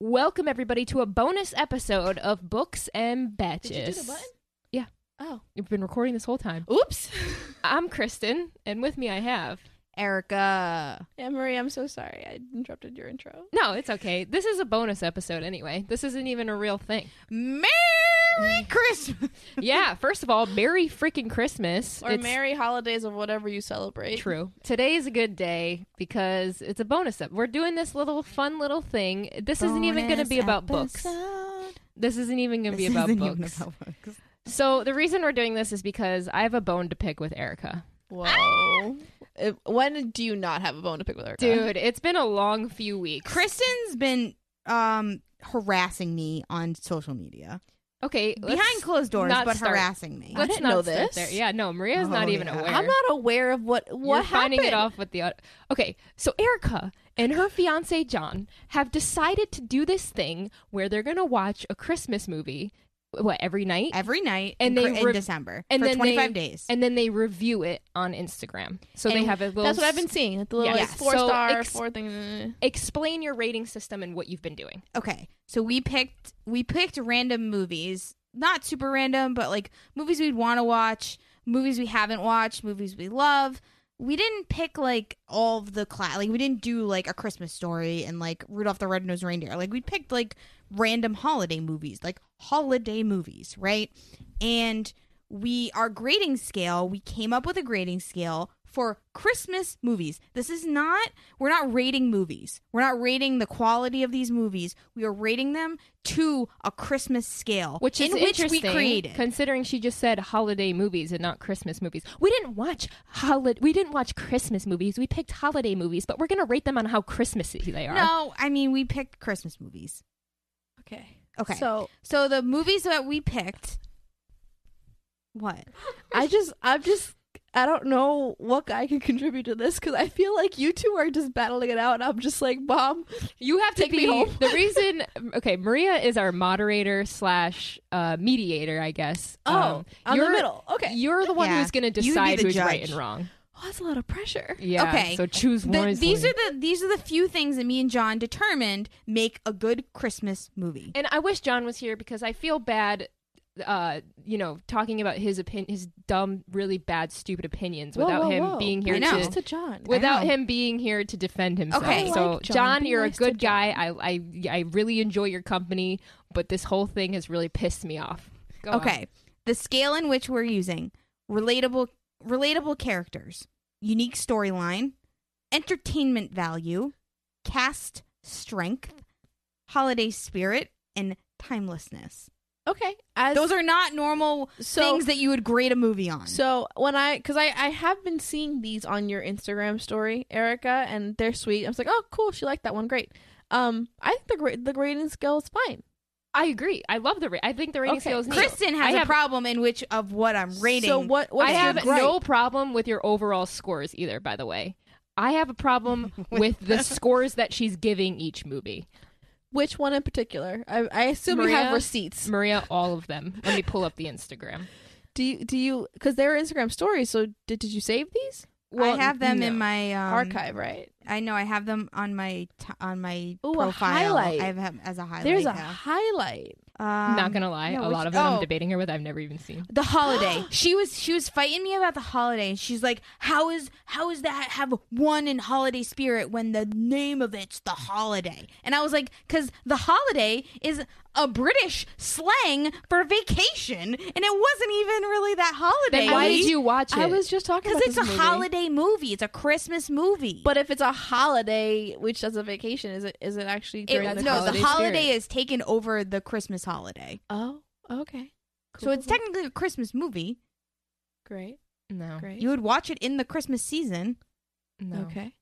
Welcome everybody to a bonus episode of Books and Batches. Did you do the button? Yeah. Oh. We've been recording this whole time. Oops. I'm Kristen, and with me I have. Erica. Yeah, Marie, I'm so sorry. I interrupted your intro. No, it's okay. This is a bonus episode anyway. This isn't even a real thing. Mm. Merry Christmas. Yeah, first of all, Merry freaking Christmas. Or It's merry holidays of whatever you celebrate. True. Today's a good day because it's a bonus. Ep- We're doing this little fun little thing. This isn't even going to be about books. This isn't even going to be about books. So the reason we're doing this is because I have a bone to pick with Erica. Whoa. Uh, When do you not have a bone to pick with Erica? Dude, it's been a long few weeks. Kristen's been um harassing me on social media okay, let's- behind closed doors, not but start. harassing me. What? let's didn't know not start this. There. Yeah, no, Maria's Oh, not even yeah. aware. I'm not aware of what what You're happened. finding it off with the. Okay, so Erica and her fiance John have decided to do this thing where they're gonna watch a Christmas movie, what every night, Every night And in, they Cr- in re- December and for then 25 they- days. and then they review it on Instagram. So they And have a little. That's what I've been seeing. The little Yeah. like, Yeah. four So star, ex- four thing. Explain your rating system and what you've been doing. okay, so we picked we picked random movies, not super random, but like movies we'd want to watch, movies we haven't watched, movies we love. We didn't pick like all of the class. Like we didn't do like a Christmas story and like Rudolph the Red-Nosed Reindeer. Like we picked like random holiday movies, like holiday movies, right? And we our grading scale, we came up with a grading scale for Christmas movies. This is not we're not rating movies. We're not rating the quality of these movies. We are rating them to a Christmas scale, which is in which interesting, we created. considering she just said holiday movies and not Christmas movies. We didn't watch holiday. We didn't watch Christmas movies. We picked holiday movies, but we're gonna rate them on how Christmassy they are. no, I mean we picked Christmas movies. Okay. Okay. So So the movies that we picked what? I just, I'm just, I don't know what guy can contribute to this because I feel like you two are just battling it out, and I'm just like, mom, You have to Take me be home. the reason. Okay, Maria is our moderator slash uh, mediator, I guess. Oh, Um, I'm you're the middle. Okay. You're the one Yeah. who's going to You'd be decide the who's right judge. and wrong. Oh, that's a lot of pressure. Yeah. Okay. So choose The- wisely. these are the these are the few things that me and John determined make a good Christmas movie. and I wish John was here because I feel bad. Uh, you know, talking about his opinion, his dumb, really bad, stupid opinions Whoa, without whoa, him whoa. being I here know. to Just to John. without know. him being here to defend himself. Okay. I like so John. Be you're a nice to good guy. I, I I really enjoy your company, but this whole thing has really pissed me off. Go on. Okay. The scale in which we're using relatable relatable characters, unique storyline, entertainment value, cast strength, holiday spirit, and timelessness. Okay. As Those are not normal so, things that you would grade a movie on. So when I, because I, I have been seeing these on your Instagram story, Erica, and they're sweet. I was like, oh, cool, she liked that one, great. Um, I think the grade, the grading scale is fine. I agree. I love the. Ra- I think the rating Okay. scale is neat. Kristen I has have- a problem in which of what I'm rating. So what? What's I your have gripe? no problem with your overall scores either. By the way, I have a problem with the scores that she's giving each movie. Which one in particular? I, I assume you Maria? have receipts. Maria, all of them. Let me pull up the Instagram. Do you? Do you? Because they're Instagram stories. So did did you save these Well, I have them no. in my um, archive? Right. I know I have them on my t- on my Ooh, a profile. highlight. I have them as a highlight. There's a yeah. highlight. Um, Not gonna lie, no, a which- lot of them I'm oh. debating her with. I've never even seen. the holiday. she was she was fighting me about the holiday. and She's like, "How is how is that have one in holiday spirit when the name of it's the holiday?" And I was like, "Cause the holiday is a British slang for vacation, and it wasn't even really that holiday. Then why I did was- you watch it? I was just talking Because about it's a this movie. holiday movie. It's a Christmas movie. But if it's a holiday, which is a vacation, is it is it actually It- during the no, holiday the holiday spirit? is taken over the Christmas holiday. Oh, okay. So it's Cool. technically a Christmas movie. great, no, great. You would watch it in the Christmas season. no. okay?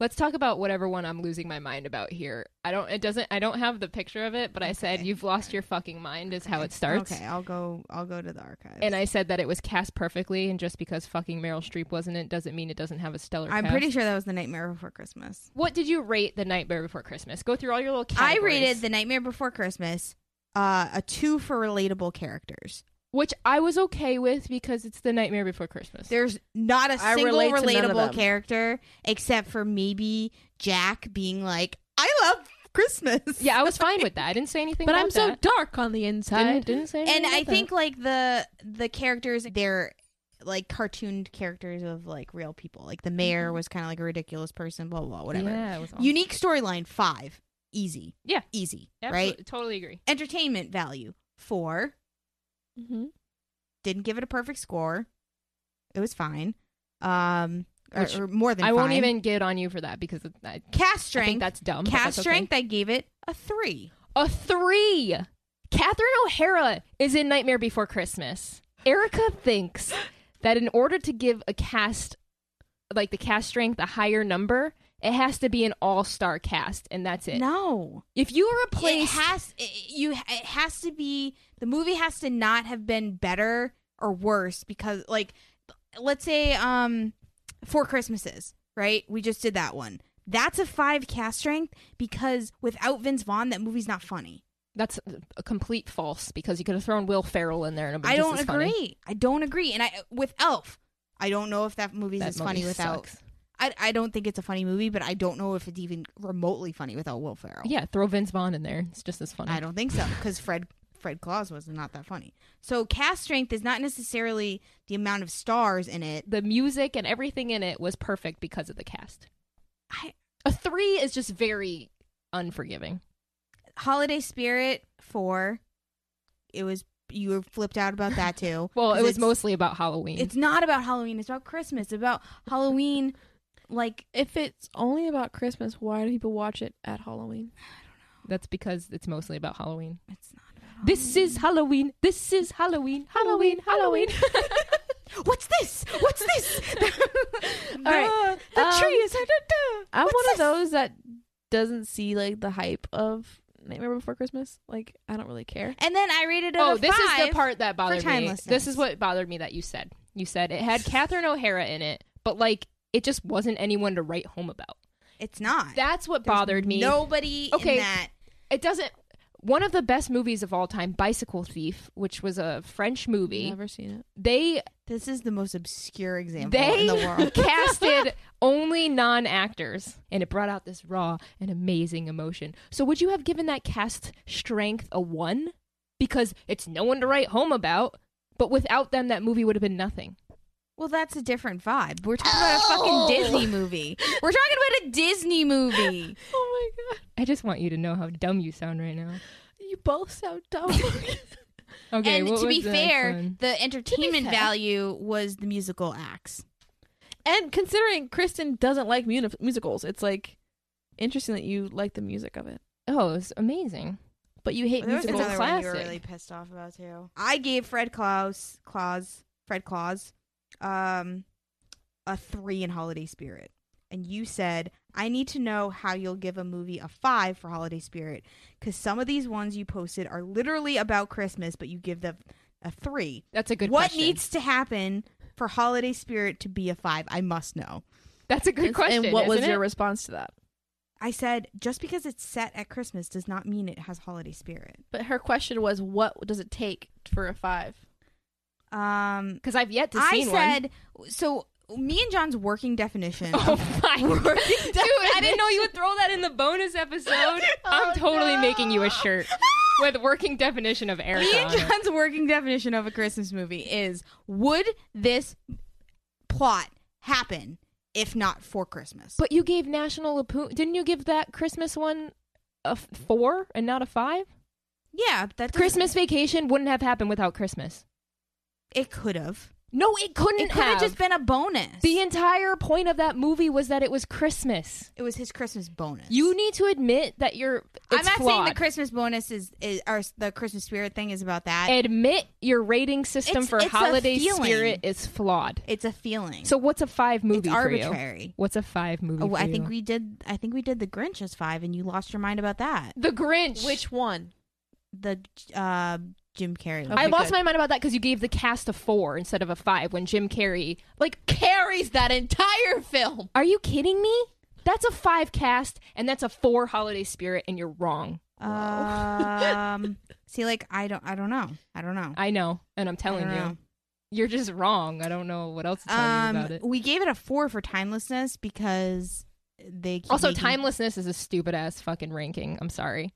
Let's talk about whatever one I'm losing my mind about here. I don't. It doesn't. I don't have the picture of it, but I said Okay. you've lost your fucking mind. Is how it starts. Okay, I'll go. I'll go to the archives. And I said that it was cast perfectly, and just because fucking Meryl Streep wasn't it doesn't mean it doesn't have a stellar. I'm cast. pretty sure that was the Nightmare Before Christmas. What did you rate The Nightmare Before Christmas? Go through all your little. I Categories, rated the Nightmare Before Christmas uh, a two for relatable characters. which I was okay with because it's The Nightmare Before Christmas. There's not a I single relate to none of relatable them. character except for maybe Jack being like, "I love Christmas. Yeah, I was fine with that. I didn't say anything. But about I'm so that. dark on the inside. Didn't, didn't say. anything and I about that. think like the the characters they're like cartooned characters of like real people. Like the mayor was kind of like a ridiculous person, blah blah, blah whatever. Yeah, it was awesome. Unique storyline 5. Easy. Yeah. Easy, Absolutely- right? Totally agree. Entertainment value 4. Mm-hmm. Didn't give it a perfect score. It was fine. Um or, Which or more than I won't fine. even get on you for that because it- I, cast I think strength. that's dumb. but cast that's okay. strength I gave it a 3. A three. Catherine O'Hara is in Nightmare Before Christmas. Erica thinks that in order to give a cast, like the cast strength, a higher number, it has to be an all-star cast, and that's it. No. If you It replace, has it, you it has to be the movie has to not have been better or worse because like let's say um Four Christmases, right? We just did that one. That's a 5 cast strength because without Vince Vaughn that movie's not funny. that's a complete false because you could have thrown Will Ferrell in there. And it'd be I just don't as agree. funny. I don't agree. And I with Elf, I don't know if that movie's That as movie funny without sucks. I, I don't think it's a funny movie, but I don't know if it's even remotely funny without Will Ferrell. Yeah, throw Vince Vaughn in there. It's just as funny. I don't think so because Fred Fred Claus was not that funny. So cast strength is not necessarily the amount of stars in it. the music and everything in it was perfect because of the cast. I- A three is just very unforgiving. Holiday Spirit four, it was you were flipped out about that too. Well, 'Cause it was it's- mostly about Halloween. It's not about Halloween. It's about Christmas. It's about Halloween. Like If it's only about Christmas, why do people watch it at Halloween? That's because it's mostly about Halloween. it's not. This is Halloween. This is Halloween. Halloween. Halloween. What's this? What's this? All right. the Um, tree is. I'm What's one this? of those that doesn't see like the hype of Nightmare Before Christmas. Like I don't really care. And then I rated it. oh, a this is five. the part that bothered me. timelessness. This is what bothered me that you said. You said it had Catherine O'Hara in it, but like it just wasn't anyone to write home about. It's not. That's what There's bothered me. Nobody Okay. in that. it doesn't. One of the best movies of all time, Bicycle Thief, which was a French movie. Never seen it. They This is the most obscure example They in the world. casted only non actors, and it brought out this raw and amazing emotion. So, would you have given that cast strength a one? Because it's no one to write home about, but without them, that movie would have been nothing. Well, that's a different vibe. We're talking Oh. about a fucking Disney movie. We're talking about a Disney movie. Oh my god, I just want you to know how dumb you sound right now. you both sound dumb. Okay, and what to was be, the fair, next one? the entertainment value was the musical acts. and considering Kristen doesn't like muni- musicals, it's like interesting that you like the music of it, oh, it's amazing. but you hate There was musicals. another one you were classic. really pissed off about too. I gave Fred Claus, Claus, Fred Claus, um, a three in Holiday Spirit, and you said I need to know how you'll give a movie a five for Holiday Spirit because some of these ones you posted are literally about Christmas, but you give them a three. That's a good. what question. needs to happen for holiday spirit to be a five i must know That's a good question. and what was isn't your it? response to that? i said just because it's set at christmas does not mean it has holiday spirit But her question was, what does it take for a five? um Because I've yet to i see one. said so me and john's working definition Oh of- my god. Dude, I didn't know you would throw that in the bonus episode. I'm totally making you a shirt with working definition of Erica. me and on it. john's working definition of a christmas movie is would this plot happen if not for christmas But you gave National Lampoon. Didn't you give that Christmas one a f- four and not a five? yeah that doesn't- Christmas Vacation wouldn't have happened without Christmas. it could have No, it couldn't it could have. have just been a bonus the entire point of that movie was that it was Christmas. it was his christmas bonus You need to admit that you're. I'm it's not saying the flawed. Christmas bonus is, is or the Christmas spirit thing is about that. Admit your rating system It's- for it's a holiday feeling. spirit is flawed. it's a feeling. So what's a five movie it's for you? arbitrary. What's a five movie? Oh, for I think you? we did. I think we did the Grinch as five, and you lost your mind about that. The Grinch. Which one? The uh, Jim Carrey. I Okay, lost good. my mind about that because you gave the cast a four instead of a five when Jim Carrey like Carries that entire film. Are you kidding me? That's a five cast and that's a four holiday spirit, and you're wrong. um, see, like I don't, I don't know, I don't know. I know, and I'm I telling don't you, know. you're just wrong. I don't know what else to tell you about Um, it. we gave it a four for timelessness because they keep Also, making- timelessness is a stupid ass fucking ranking. I'm sorry.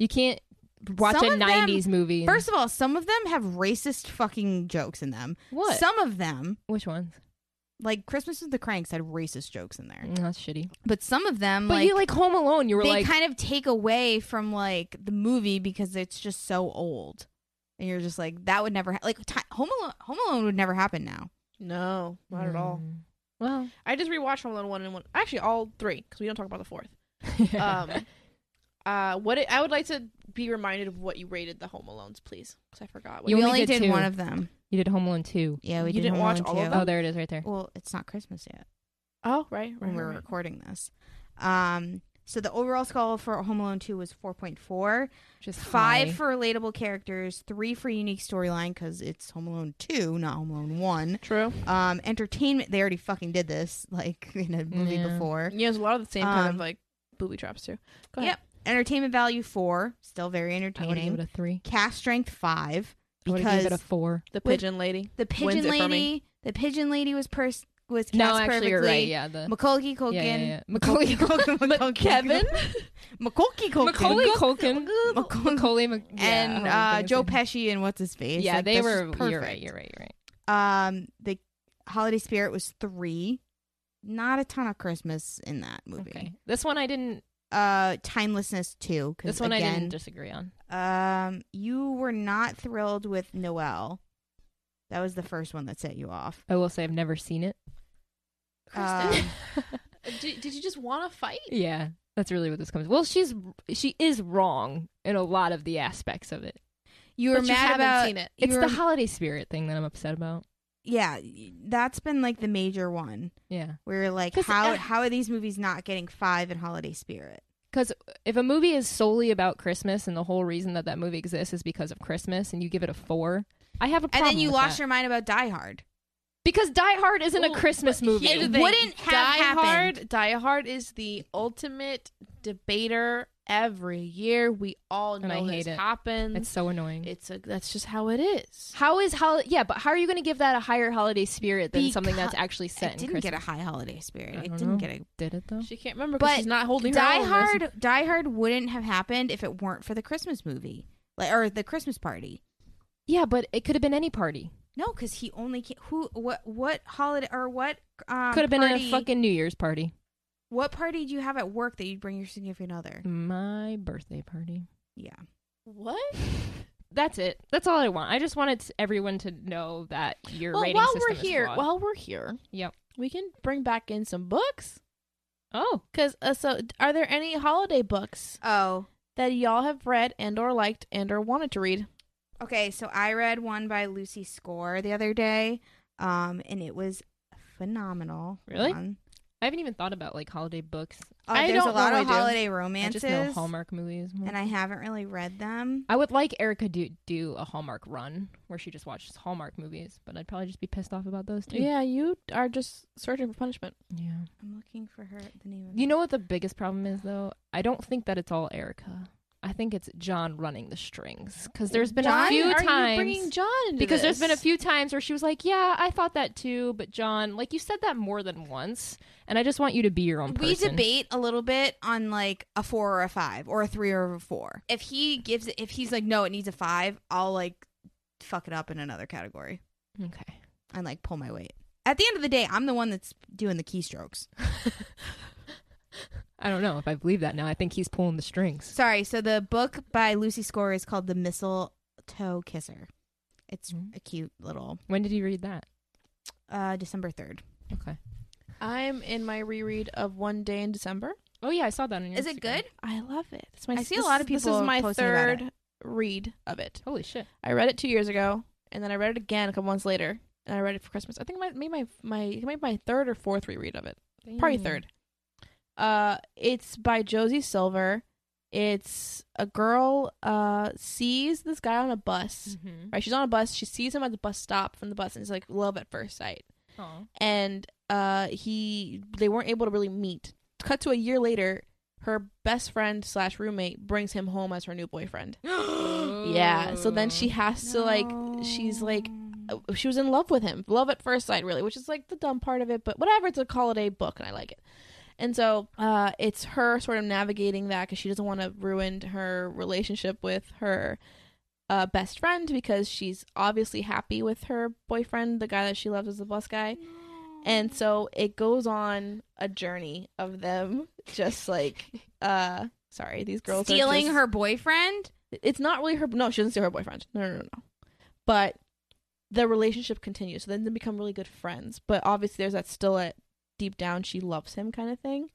You can't watch Some a of them- 90s movie. and- First of all, some of them have racist fucking jokes in them. what? Some of them, Which ones? like Christmas with the Cranks, had racist jokes in there. Mm, That's shitty. But some of them, But Mm, like, you like Home Alone. You were they like, kind of take away from like the movie because it's just so old, and you're just like that would never ha- like ti Home Alone. Home Alone would never happen now. No, not at all. Mm. Well, I just rewatched Home Alone one and one. Actually, all three because we don't talk about the fourth. Um, uh, what it, I would like to be reminded of what you rated the Home Alones, please, because I forgot. What You we only only did did, two. one of them. you did Home Alone 2. Yeah, we You did didn't Home watch Alone all of two. Oh, there it is right there. Well, it's not Christmas yet oh, right, right. when right, we're right. recording this. Um, so the overall score for Home Alone two was four point four. Just five high. for relatable characters, three for unique storyline because it's Home Alone two, not Home Alone one. True. Um, entertainment, they already fucking did this like in a movie Yeah. before. Yeah, there's a lot of the same kind Um, of like booby traps too. Go ahead. Entertainment value four, still very I would give it entertaining. a three. Cast strength five I would give because it a four. The Wait, pigeon lady. the Wins pigeon it for me. lady, the pigeon lady was pers- was cast No, actually, perfectly. you're right. Yeah, the Macaulay Culkin, yeah, yeah, yeah. Macaulay Culkin, Macaulay Kevin? Macaulay Culkin, Macaulay Culkin, Macaulay- Macaulay, Mac- and yeah, uh, Joe Pesci and what's his face. Yeah, Like, they this was were. perfect. You're right. You're right. You're right. Um, the holiday spirit was three. Not a ton of Christmas in that movie. Okay, this one I didn't. Uh, timelessness too. This one I didn't disagree on. Um, you were not thrilled with Noel. That was the first one that set you off. I will say I've never seen it. Kristen, Um, did, did you just want to fight? Yeah, that's really what this comes. Well, she's she is wrong in a lot of the aspects of it. you were But you mad haven't about seen it. you It's were- the holiday spirit thing that I'm upset about. yeah. That's been like the major one. Yeah, where you're like, 'Cause, how uh, how are these movies not getting five in holiday spirit? because if a movie is solely about Christmas and the whole reason that that movie exists is because of Christmas, and you give it a four, I have a And problem. then you with lost that. your mind about Die Hard. because Die Hard isn't a Well, Christmas movie. Here's the It thing. wouldn't have Die happened. Hard, Die Hard is the ultimate debater every year. We all know And I hate this it. happens. It's so annoying. It's a that's just how it is. How is hol? Yeah, but how are you going to give that a higher holiday spirit than something that's Because- actually set It in didn't Christmas? get a high holiday spirit. I It don't didn't know. get a Did it though? She can't remember But because she's not holding her Die own. Hard. Die Hard wouldn't have happened if it weren't for the Christmas movie, like or the Christmas party. Yeah, but it could have been any party. No, because he only ca who what what holiday or what um, could have been party- a fucking New Year's party. what party do you have at work that you'd bring your significant other? My birthday party. Yeah, What? That's it. That's all I want. I just wanted s- everyone to know that your Well, rating while system we're is here, flawed. while we're here, Yep. we can bring back in some books. oh, Cause uh, so, are there any holiday books oh. that y'all have read and or liked and or wanted to read? Okay, so I read one by Lucy Score the other day, um, and it was phenomenal. Hold Really? on. I haven't even thought about like holiday books. Uh, I there's don't a lot know, of I do. holiday I romances, just know Hallmark movies. and I haven't really read them. I would like Erica to do a Hallmark run where she just watches Hallmark movies, but I'd probably just be pissed off about those too. Yeah, you are just searching for punishment. yeah. I'm looking for her the name of You know what the biggest problem is though? I don't think that it's all Erica. I think it's John running the strings because there's been Why a few are times you bringing John into because there's been a this? few times where she was like, "Yeah, I thought that too," but John, like you said that more than once, and I just want you to be your own person. We debate a little bit on like a four or a five or a three or a four. If he gives it, if he's like, no, it needs a five, I'll like fuck it up in another category Okay. and like pull my weight. At the end of the day, I'm the one that's doing the keystrokes. I don't know if I believe that now. I think he's pulling the strings. Sorry. So the book by Lucy Score is called The Mistletoe Kisser. It's Mm. a cute little When did you read that? uh December 3rd. Okay. I'm in my reread of One Day in December. Oh yeah, I saw that on your Is it Instagram. good? I love it. It's my, I see a this is- lot of This people is my posting about third read of it. Holy shit. I read it two years ago, and then I read it again a couple months later, and I read it for Christmas. I think my maybe my my it might be my third or fourth reread of it. Probably Damn. third. Uh, it's by Josie Silver. It's a girl uh sees this guy on a bus. Mhm. Right, she's on a bus. She sees him at the bus stop from the bus, and it's like love at first sight. Aw. and uh he they weren't able to really meet cut to a year later her best friend slash roommate brings him home as her new boyfriend yeah so then she has to like she's like uh, she was in love with him love at first sight really which is like the dumb part of it but whatever it's a holiday book and i like it And so uh, it's her sort of navigating that because she doesn't want to ruin her relationship with her uh, best friend because she's obviously happy with her boyfriend, the guy that she loves is the bus guy. And so it goes on a journey of them just like uh sorry, these girls are stealing just- her boyfriend. It's not really her no, she doesn't steal her boyfriend. No, no, no, no. But the relationship continues. So then they become really good friends. But obviously there's that still at deep down she loves him kind of thing.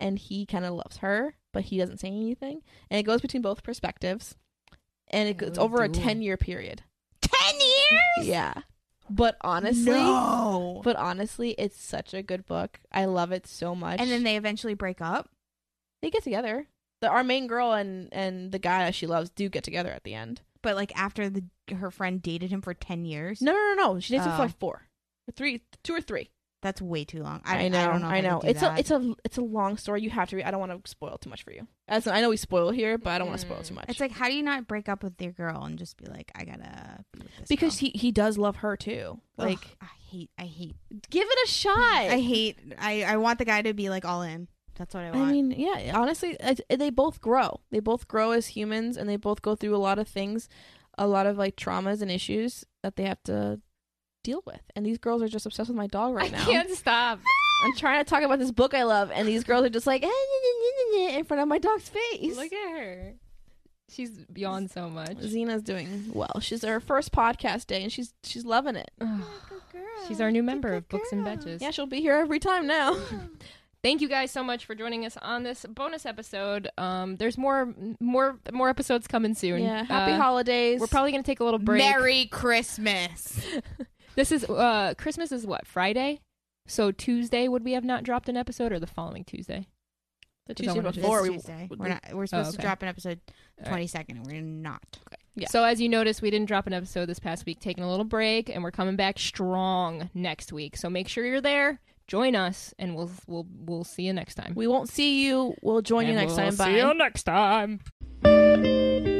And he kind of loves her, but he doesn't say anything. And it goes between both perspectives. And it Oh, goes over a dude. 10 year period. Ten years. Yeah. But honestly, no. but honestly, it's such a good book. I love it so much. And then they eventually break up. they get together. The, our main girl and and the guy that she loves do get together at the end. But like after the her friend dated him for ten years. No, no, no, no. She dates him for Oh. like four, or three, two or three. That's way too long. I, know, I don't know. if I could know. do It's that. a it's a it's a long story. You have to read. I don't want to spoil too much for you. As I know we spoil here, but I don't want to spoil too much. Mm. It's like how do you not break up with your girl and just be like, I gotta be with this because girl. he he does love her too. Ugh, Like I hate, I hate, give it a shot. I hate, I I want the guy to be like all in. That's what I want. I mean, yeah, honestly, I, they both grow. They both grow as humans and they both go through a lot of things, a lot of like traumas and issues that they have to deal with. And these girls are just obsessed with my dog right I now. can't stop. I'm trying to talk about this book I love, and these girls are just like in front of my dog's face. Look at her. She's yawned so much. Xena's doing well. She's her first podcast day, and she's she's loving it. Ugh. She's our new member of Books and Betches. Yeah, she'll be here every time now. Thank you guys so much for joining us on this bonus episode. Um, there's more, more, more episodes coming soon. Yeah, happy Uh, holidays. We're probably gonna take a little break. Merry Christmas. This is uh, Christmas is what Friday, so Tuesday would we have not dropped an episode or the following Tuesday? the Is that Tuesday one of This before we Tuesday. We're not. We're supposed okay. to drop an episode All right. twenty second. We're not. Yeah. So as you notice, we didn't drop an episode this past week, taking a little break, and we're coming back strong next week. So make sure you're there. Join us, and we'll we'll we'll see you next time. we won't see you. We'll join you And next we'll time. Bye. See you next time.